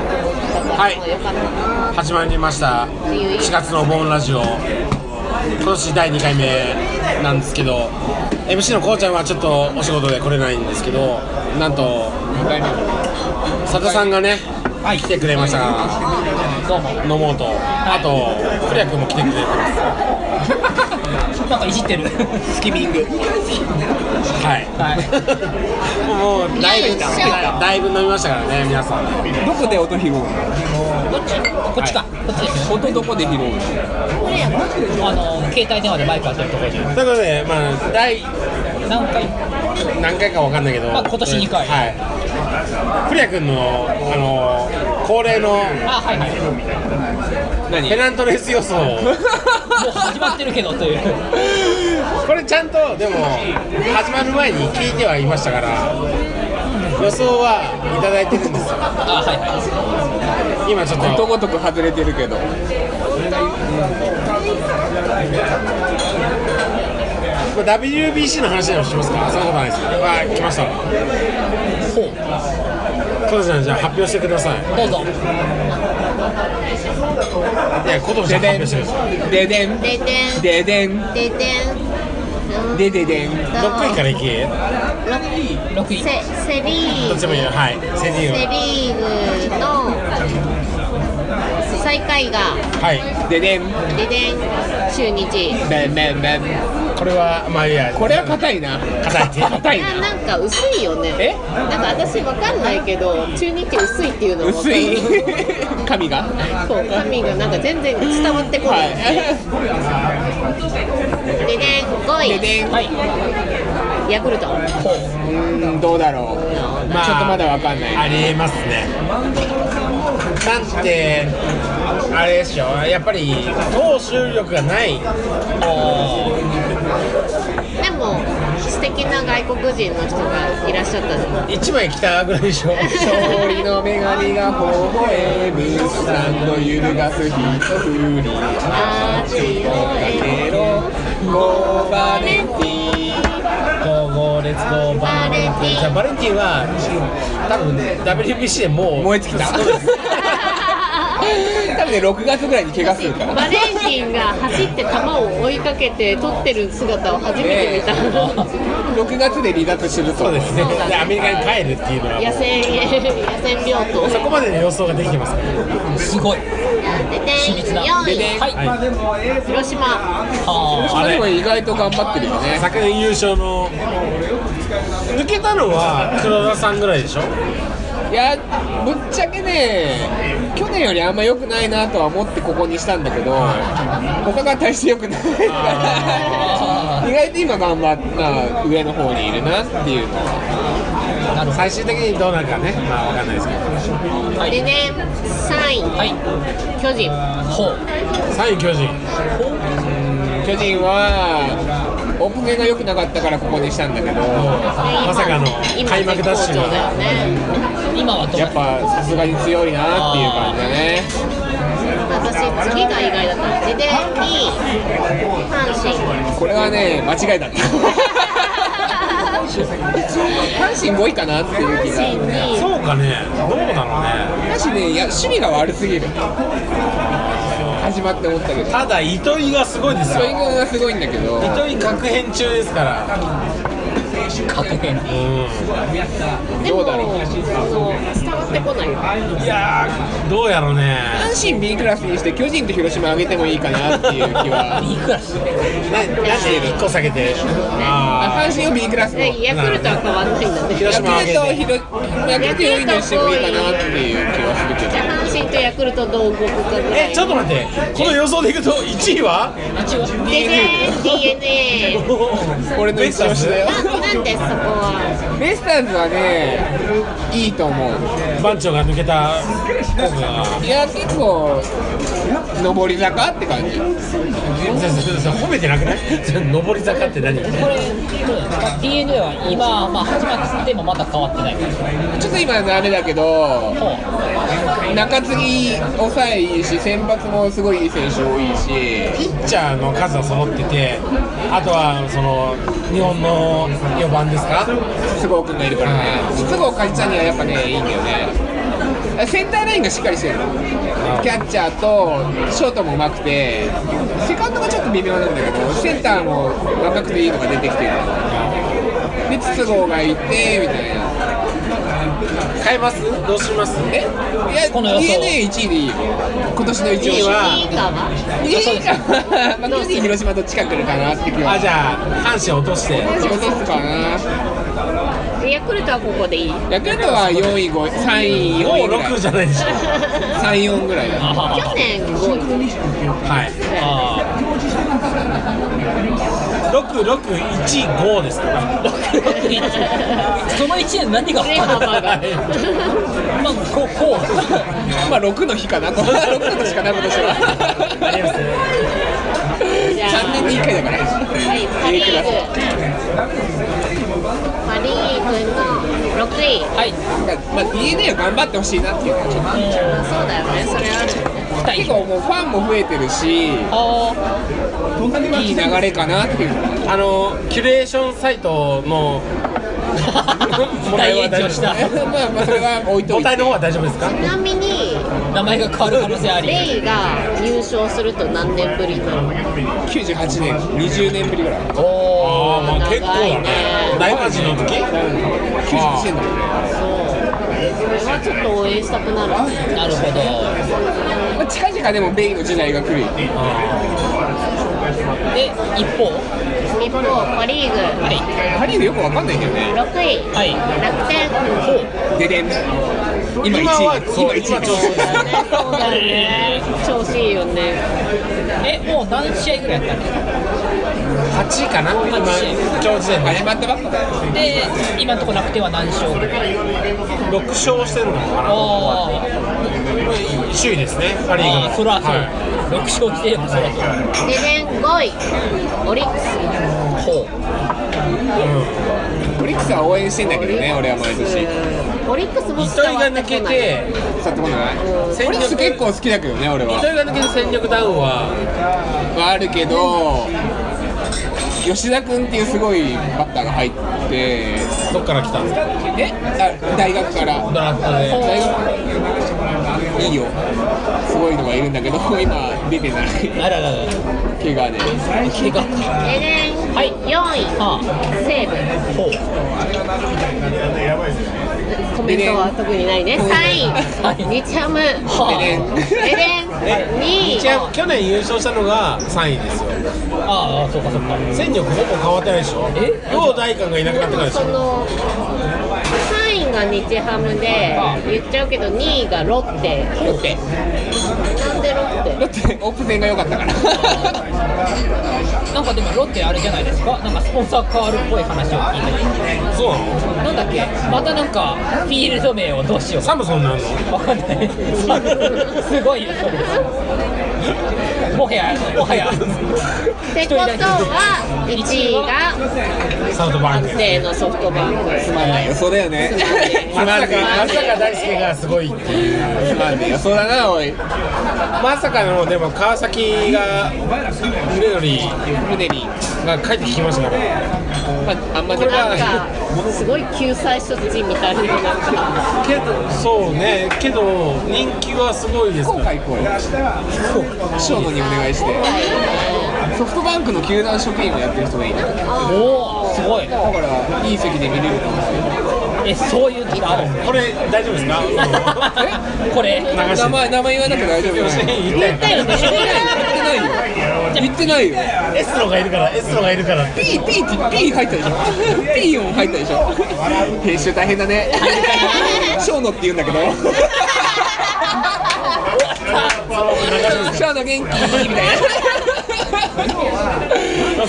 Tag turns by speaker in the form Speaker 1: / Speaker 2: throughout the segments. Speaker 1: はい
Speaker 2: すごい良かったな
Speaker 1: 始まりました4月のボーンラジオ今年第2回目なんですけど MC のこうちゃんはちょっとお仕事で来れないんですけどなんと佐田さんがね、来てくれました飲もうと、あと古谷君も来てくれてます
Speaker 3: なんかいじってるスキミング
Speaker 1: はい、もうだいぶだいぶ飲みましたからね皆さん
Speaker 4: どこで音拾うの
Speaker 3: どっちこっちか、こっちですよ
Speaker 4: 音どこで拾うの
Speaker 3: あの携帯電話でマイク当てるところ
Speaker 1: と
Speaker 3: で
Speaker 1: いうことでまあ第
Speaker 3: 何回
Speaker 1: 何回かわかんないけど、
Speaker 3: まあ今年二回
Speaker 1: はい古谷君のあの恒例の
Speaker 3: あはいはいも
Speaker 1: ペナントレース予想
Speaker 3: う始まってるけどという
Speaker 1: これちゃんとでも始まる前に聞いてはいましたから予想はいただいてるんですよ
Speaker 3: あはいは
Speaker 1: 今ちょっ
Speaker 4: こと
Speaker 1: と
Speaker 4: ごとく外れてるけど
Speaker 1: これ WBC の話でもしますかそんなことないですよあ来ましたほうさんじゃあ発表してください
Speaker 3: いどうぞ
Speaker 1: いやことし発表してください
Speaker 4: ででん
Speaker 2: ででん
Speaker 4: ででん
Speaker 2: ででん
Speaker 4: でででん
Speaker 1: 6位からいき
Speaker 2: ら
Speaker 3: 6位
Speaker 2: セセリ
Speaker 1: ど
Speaker 2: ー
Speaker 1: っ
Speaker 2: グ
Speaker 1: ちもいいよはいセ・リ
Speaker 2: セ
Speaker 1: ー
Speaker 2: リーグの最下位が
Speaker 1: グはい
Speaker 4: ででん
Speaker 2: ででん中日
Speaker 4: べんべんべん
Speaker 1: これはまあいいや
Speaker 4: これは硬いな
Speaker 1: 硬い
Speaker 4: 硬い
Speaker 2: いや
Speaker 4: な
Speaker 2: なんか薄いよね
Speaker 4: え
Speaker 2: なんか私わかんないけど中日薄いっていうのも
Speaker 4: 薄 い髪が
Speaker 2: そう神がなんか全然伝わってこない、
Speaker 4: は
Speaker 2: ででん5位
Speaker 4: いででん
Speaker 3: はい
Speaker 2: ヤクルト
Speaker 4: うーんどうだろう
Speaker 1: まあ
Speaker 4: ちょっとまだわかんない
Speaker 1: ありえますねなんてあれでしょやっぱり投手力がない
Speaker 2: でも素敵な外国人の人がいらっしゃったじゃない
Speaker 1: 一枚来たぐらいでしょ
Speaker 4: 勝利の女神が微笑むスタンド揺るがす一振り
Speaker 2: あーちよ
Speaker 4: エロゴーバレンティ
Speaker 1: ゴーレッツゴーバレンティンじゃあバレンティンは多分 WBC でもう
Speaker 4: 燃え尽きた
Speaker 1: そうです
Speaker 4: 多分ね6月ぐらいに怪我するから
Speaker 2: バレンティンが走って球を追いかけて取ってる姿を初めて見た、
Speaker 4: 6月で離脱する
Speaker 1: そ
Speaker 4: そう
Speaker 1: ですねでアメリカに帰るっていうのは
Speaker 2: 野戦野戦病棟
Speaker 1: そこまでの予想ができてますから
Speaker 3: すごい
Speaker 2: で
Speaker 3: 緻密な
Speaker 2: 4位
Speaker 3: はい
Speaker 1: はい
Speaker 2: 広島
Speaker 3: は
Speaker 4: あれでも意外と頑張ってるよね
Speaker 1: 昨年優勝の抜けたのは黒田さんぐらいでしょ
Speaker 4: いやぶっちゃけね去年よりあんま良くないなとは思ってここにしたんだけど他が大して良くないから意外と今頑張って、まあ、上の方にいるなっていうのは
Speaker 3: あなるほ
Speaker 1: 最終的にどうなるかねまあわかんないですけど
Speaker 3: どはい
Speaker 2: でね3位
Speaker 3: はい
Speaker 2: 巨人
Speaker 3: ほう
Speaker 1: 3位巨人
Speaker 4: 巨人はオープン戦が良くなかったからここにしたんだけど
Speaker 1: まさかの
Speaker 2: 今
Speaker 1: 開幕ダッシュ
Speaker 2: 絶好調だよ
Speaker 1: が
Speaker 2: ね
Speaker 3: 今はどう
Speaker 4: やっぱさすがに強いなっていう感じだね
Speaker 2: 私次が意外だったでで2位阪神
Speaker 4: これはね間違いだった阪神5位かなっていう気
Speaker 2: 阪
Speaker 4: が
Speaker 2: 神2位
Speaker 1: そうかねどうだろうね
Speaker 4: 阪神ねいや守備が悪すぎる始まって思ったけど
Speaker 1: ただ糸井がすごいです
Speaker 4: ス
Speaker 1: よ
Speaker 4: ローイングがすごいんだけど
Speaker 1: 糸井確変中ですから
Speaker 3: 確変
Speaker 1: う
Speaker 2: でも、そう伝わってこないよ。
Speaker 1: んいやーどうやろうね
Speaker 4: 阪神 B クラスにして巨人と広島上げてもいいかなっていう気は
Speaker 3: いくらし
Speaker 1: ななんで1個下げて
Speaker 4: あ
Speaker 1: あ
Speaker 4: 阪神を B クラスの
Speaker 2: えヤクルトは変わんないんだ ね。
Speaker 1: 広
Speaker 4: ヤ
Speaker 1: 島上
Speaker 4: ク
Speaker 1: げて
Speaker 4: ルトを広ヤクルト4位にしてもいいかなっていう気はするけど
Speaker 2: じゃあ阪神とヤクルトどう動くかぐ
Speaker 1: ー
Speaker 2: らい。
Speaker 1: えちょっと待ってこの予想でいくと1位は
Speaker 3: 一応
Speaker 2: でね DNA。
Speaker 4: 俺の一押しだよ
Speaker 2: ななんでそこは。
Speaker 4: ベイスターズはねいいと思う
Speaker 1: 番長が抜けた効果が
Speaker 4: いや結構上り坂って感じ
Speaker 1: 先生先生褒めてなくない上り坂って何
Speaker 3: これどうなんですか DNA は今、まあ、始まってもまだ変わってないから
Speaker 4: ちょっと今ダメだけど
Speaker 3: ほう
Speaker 4: 中継ぎ抑えいいし先発もすごいいい選手多いし
Speaker 1: ピッチャーの数は揃っててあとはその日本の4番ですか
Speaker 4: 須郷君がいるからね須郷梶谷はやっぱねいいんだよねらセンターラインがしっかりしてるキャッチャーとショートもうまくてセカンドがちょっと微妙なんだけどセンターも若くていいのが出てきてるで筒香がいてみたいな
Speaker 1: 変えますどうします
Speaker 4: えいや
Speaker 3: この予想
Speaker 4: DNA1 位でいいよ今年の一
Speaker 1: いい
Speaker 4: 位
Speaker 1: わ
Speaker 2: いいかは
Speaker 4: 2位かまあ巨人広島どっちか来るかなって気は
Speaker 1: あじゃあ阪神落として
Speaker 4: 仕事っすかな
Speaker 2: でヤクルトはここでいい
Speaker 4: ヤクルトは4位5位3位4
Speaker 1: も
Speaker 4: 位
Speaker 1: う
Speaker 4: ぐらい
Speaker 1: 6じゃないでしょ
Speaker 4: 3 4ぐらいだ
Speaker 2: 去年5位
Speaker 1: はい
Speaker 3: あ
Speaker 1: 6615ですから
Speaker 3: ーその1年何があっ
Speaker 2: レ
Speaker 3: た
Speaker 2: バ
Speaker 3: の
Speaker 2: ーが
Speaker 3: まあこうこ
Speaker 4: まあ6の日かな こんな6の日しかな今年
Speaker 1: あ ります
Speaker 4: は
Speaker 1: ね
Speaker 2: じゃあ
Speaker 4: 3年に1回だから
Speaker 2: はいパ・リーグパ・リーグの6位
Speaker 3: うはい
Speaker 4: まあ DNA を頑張ってほしいなっていうのはちょっ
Speaker 2: まあそうだよねそれは
Speaker 3: 期
Speaker 4: と
Speaker 3: 待
Speaker 4: 結構もうファンも増えてるし
Speaker 3: あ
Speaker 4: いい流れかなっていう
Speaker 1: あのキュレーションサイト の
Speaker 3: ー大炎上した
Speaker 4: まあまあそれは置いと
Speaker 1: 母
Speaker 4: いて
Speaker 1: 体の方は大丈夫ですか
Speaker 2: ちなみに
Speaker 3: 名前が変わる可能性あり
Speaker 2: レイが優勝すると何年ぶりになるの
Speaker 4: 98年20年ぶりぐらい
Speaker 3: おお
Speaker 1: あーまあ結構だね大魔神の時
Speaker 4: 98年だよね
Speaker 2: そうこれはちょっと応援したくなるね
Speaker 3: なるほど
Speaker 4: まあ近々でもベイの時代が来るよ
Speaker 3: で一方
Speaker 2: 一方パ・リーグ
Speaker 3: はい
Speaker 4: パ・リーグよくわかんないんだよね
Speaker 2: 6位
Speaker 3: はい
Speaker 2: 楽天
Speaker 4: ででん今1位
Speaker 1: 今はそう今調子いいです
Speaker 2: そうだよね調子いいよね
Speaker 3: えもう何試合ぐらいやったの
Speaker 1: 8位かな今今日時点で
Speaker 4: 始まったばっかだよ
Speaker 3: で今のところ楽天は何勝ぐらい
Speaker 1: 6勝してるのかな
Speaker 3: おー
Speaker 1: 首位ですねパ・リーグ
Speaker 3: あ
Speaker 1: の
Speaker 3: ーそらそう、
Speaker 1: は
Speaker 3: 6勝してればそらそ
Speaker 2: で年5位オリックス
Speaker 3: うほう
Speaker 4: オリックスは応援してんだけどね俺は毎年
Speaker 2: オリックスも
Speaker 1: い、糸井が抜けて
Speaker 4: さってことないオリックス結構好きだけどね俺は
Speaker 1: 糸井が抜けて戦力ダウンは
Speaker 4: はあるけど吉田君っていうすごいバッターが入って
Speaker 1: どっから来たんですか
Speaker 4: えあ大学から
Speaker 1: ドラフトで
Speaker 4: 大学いいよすごいのがいるんだけど 今出てない
Speaker 3: あらららら
Speaker 4: 怪我 で
Speaker 3: 怪我か
Speaker 2: で年
Speaker 3: はい
Speaker 2: 4
Speaker 3: あ
Speaker 2: 位西武
Speaker 3: ーほう
Speaker 2: コメントは特にないね
Speaker 3: は
Speaker 2: 3
Speaker 3: い
Speaker 2: 位日ハム
Speaker 3: は
Speaker 4: でね
Speaker 2: で年2
Speaker 1: 一
Speaker 2: 位
Speaker 1: 応去年優勝したのが3位ですよ
Speaker 3: ああーそうかそうか
Speaker 1: 戦力ほぼ変わってないでしょ
Speaker 3: え
Speaker 1: 両大官がいなくなってからでし
Speaker 2: そ
Speaker 1: ょ
Speaker 2: の3位が日ハムで言っちゃうけど2位がロッテ
Speaker 4: ロッテ
Speaker 2: なんでロッテ
Speaker 4: ロッテオープン戦が良かったから
Speaker 3: なんかでもロッテあれじゃないですかなんかスポンサー変わるっぽい話を聞いて
Speaker 1: そうなの
Speaker 3: なんだっけまたなんかフィールド名をどうしようか
Speaker 1: サムソンなんの
Speaker 3: わかんない すごいよそれもはやもはや
Speaker 2: ってことは1位が
Speaker 1: サウトバンク
Speaker 2: 安定のソフトバンク
Speaker 4: つまんない予想だよ ねつま
Speaker 1: ま
Speaker 4: んな
Speaker 1: さ
Speaker 4: い
Speaker 1: かまさか大輔がすごいっていう
Speaker 4: つまんない予想だなおい
Speaker 1: まさかのでも川崎が胸より
Speaker 4: 胸に
Speaker 1: が帰ってきましたから
Speaker 4: まあ、あんま
Speaker 2: も
Speaker 4: り
Speaker 2: うなんかすごい救済処置みたいななんか
Speaker 1: けどそうねけど人気はすごいです
Speaker 4: 今
Speaker 1: から
Speaker 4: 回行こうよ生野にお願いしてソフトバンクの球団職員をやってる人がいいなだ
Speaker 3: おおすごい
Speaker 4: からいい席で見れると思うんですよ
Speaker 3: えそういう時ある
Speaker 1: これ大丈夫ですか
Speaker 3: これ
Speaker 1: 流して
Speaker 4: 名前名前言わなくて大丈夫よね
Speaker 1: 言ったよね
Speaker 4: 言ってないよ言ってないよ
Speaker 1: エスロがいるからエスロがいるからって
Speaker 4: P、P って P 入ったでしょ P 音入ったでしょ編集大変だね生野って言うんだけど生野元気みたいな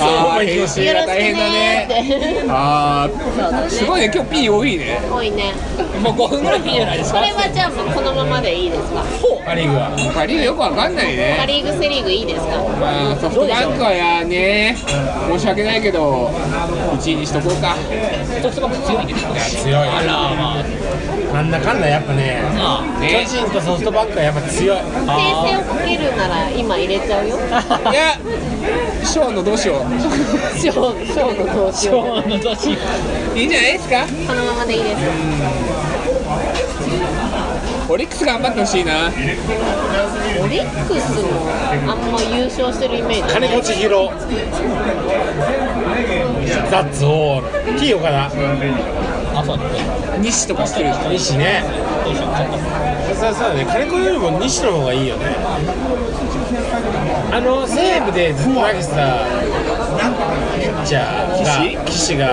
Speaker 4: あー編集
Speaker 2: よろ
Speaker 4: が
Speaker 2: しく
Speaker 4: 大変だ
Speaker 2: ね
Speaker 4: ね
Speaker 2: ーって
Speaker 4: あーすごいね今日 P 多いね
Speaker 2: 多いね
Speaker 3: もう5分ぐらいいいじゃないです
Speaker 2: こ
Speaker 3: か
Speaker 2: れはじゃあもうこのままでいいですか
Speaker 1: パ・リーグは
Speaker 4: パ・リーグよくわかんない
Speaker 2: パ・
Speaker 4: ね
Speaker 2: リーグセ・リーグいいですか
Speaker 4: まあソフトバンクはやね申し訳ないけど1位にしとこうか
Speaker 3: ソフトバンク強いんですか
Speaker 1: 強い
Speaker 3: あらまあ
Speaker 1: なんだかんだやっぱね
Speaker 3: あ
Speaker 1: 巨人とソフトバンクはやっぱ強い
Speaker 2: 訂正をかけるなら今入れちゃうよ
Speaker 4: いや生野どうしよ
Speaker 2: ショーショーの投資
Speaker 3: 今日の年
Speaker 4: ういいんじゃないですか
Speaker 2: このままでいいです
Speaker 4: オリックス頑張ってほしいな
Speaker 2: オリックスもあんま優勝してるイメージ
Speaker 1: 金子千尋ザッツオール T 岡田
Speaker 3: あそうだね
Speaker 4: 西とかしてるじゃん
Speaker 1: 西ね
Speaker 3: どうしようちょっと
Speaker 1: そうそうだね金子よりも西の方がいいよねあの西武でずっと投げてたピッチャーが岸が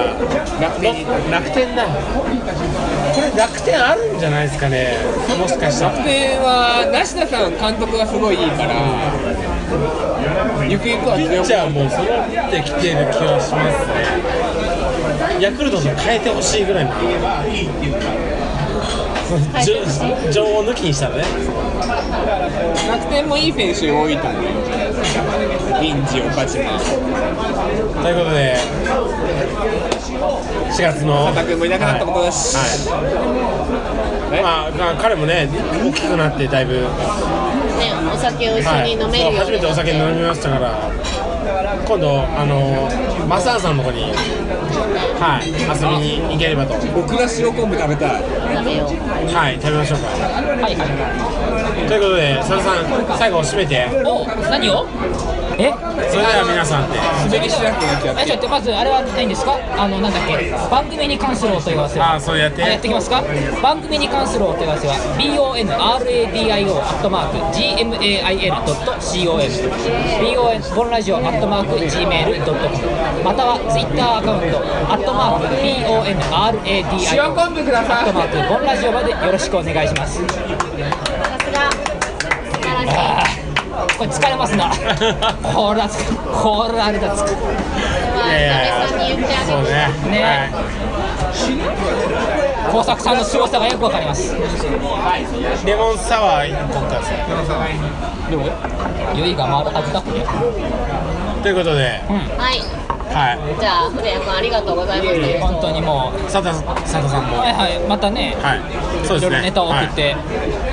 Speaker 1: 楽天楽天だこれ楽天あるんじゃないですかねもしかしたら
Speaker 4: 楽天は梨田さん監督がすごいいいからゆくゆくは
Speaker 1: ピッ
Speaker 4: 強く
Speaker 1: チャーも揃ってきてる気はしますねヤクルトと変えてほしいぐらいの
Speaker 2: 変えてほしい
Speaker 1: 情情を抜きにしたらね
Speaker 4: 楽天もいい選手多いと思うよ銀次岡島
Speaker 1: ということで4月の
Speaker 4: 佐田君もいなくなったことだし
Speaker 1: はいはいまあ、まあ彼もね大きくなってだいぶ、は
Speaker 2: ねお酒を一緒に
Speaker 1: い、
Speaker 2: 飲めるように
Speaker 1: そう初めてお酒飲みましたから今度あのマサーさんの方に、はい、遊びに行ければと
Speaker 4: 僕が塩昆布食べたい
Speaker 2: 食べよう
Speaker 1: はい食べましょうか
Speaker 3: はいはい
Speaker 1: ということで佐田さん最後締めて
Speaker 3: お何をえ
Speaker 1: それでは皆さんで
Speaker 4: 滑りしなくなっちゃっ
Speaker 3: えちょっとまずあれはないんですかあのなんだっけ番組に関するお問い合わせは
Speaker 1: ああそうやって
Speaker 3: あやっていきますか番組に関するお問い合わせは bonradio.gmail.com bonradio.gmail.com または Twitter アカウント @bonradio
Speaker 4: 塩昆布ください
Speaker 3: bonradio までよろしくお願いします
Speaker 2: さすが素晴らしい
Speaker 3: あーこれ疲れますなこれは疲れこれはあれだ疲れ
Speaker 2: まあ久々に言ってあげ
Speaker 1: そう
Speaker 2: て
Speaker 1: ね
Speaker 3: ね
Speaker 1: はい
Speaker 3: 工作さんの凄さがよくわかります
Speaker 1: レモンサワー1個ください
Speaker 3: でも酔いが回るはずだこれ
Speaker 1: ということで、
Speaker 2: はい
Speaker 1: は
Speaker 2: じゃあ古谷君ありがとうございました
Speaker 3: 本当にもう
Speaker 1: い、佐田佐田さんも、
Speaker 3: は
Speaker 1: はい
Speaker 3: はいまたね、
Speaker 1: い、そう
Speaker 3: い
Speaker 1: で
Speaker 3: ろ
Speaker 1: す
Speaker 3: いろ
Speaker 1: ね。
Speaker 3: ネタを送って、
Speaker 1: はい、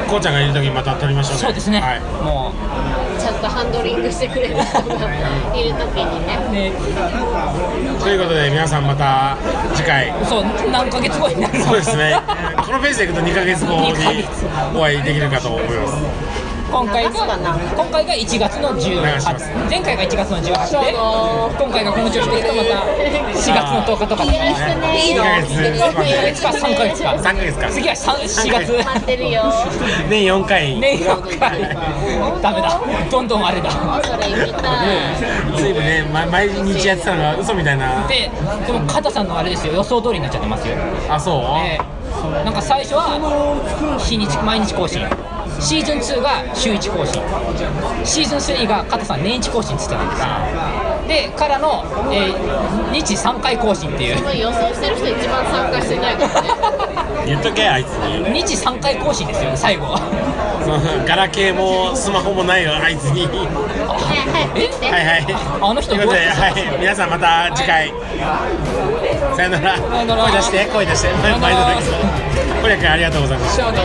Speaker 1: こうちゃんがいるときまた撮りましょうね。
Speaker 3: そうですね、
Speaker 1: はい、
Speaker 3: も
Speaker 2: ちゃんとハンドリングしてくれる人がいるときにね
Speaker 3: うね
Speaker 1: ということで皆さんまた次回。
Speaker 3: そう何ヶ月後になるの
Speaker 1: そうですね。このペースでいくと2ヶ月後に
Speaker 3: 二ヶ月
Speaker 1: お会いできるかと思います。
Speaker 3: 今回が
Speaker 2: 流すかな
Speaker 3: 今回が1月の
Speaker 1: お願いします
Speaker 3: 18前回が1月の18で今回がこの調子でいくとまた4月の10日とか
Speaker 2: いい
Speaker 3: ね
Speaker 2: ですね
Speaker 1: いいの
Speaker 2: 2ヶ
Speaker 3: 2ヶ月か3ヶ月か
Speaker 1: 3ヶ月か。
Speaker 3: 次は3 4月
Speaker 2: 待ってるよ
Speaker 1: 年4回。
Speaker 3: 年4回ダメだどんどんあれだ
Speaker 2: それ見たい
Speaker 1: ずいぶんね、ま毎日やってたのが嘘みたいな。
Speaker 3: でこの肩さんのあれですよ予想通りになっちゃってますよ
Speaker 1: あ、そう。
Speaker 3: えーなんか最初は日にち毎日更新シーズン2が週1更新シーズン3が加藤さん年1更新っつってたんですよでからの、えー日3回更新っていう
Speaker 2: まあ予想してる人一番参加してないからね
Speaker 1: 言っとけあいつに。
Speaker 3: 日3回更新ですよ最後
Speaker 1: そのガラケーもスマホもないよあいつに。
Speaker 2: 早く早く来て
Speaker 1: はいはい。
Speaker 3: あの人
Speaker 1: ということで、
Speaker 3: どうやって
Speaker 1: はい、皆さんまた次回。さよなら。
Speaker 3: さよなら
Speaker 1: 声出して、 声出して。
Speaker 3: よなら
Speaker 1: 前のだけ。これありがとうございました。
Speaker 3: しょうの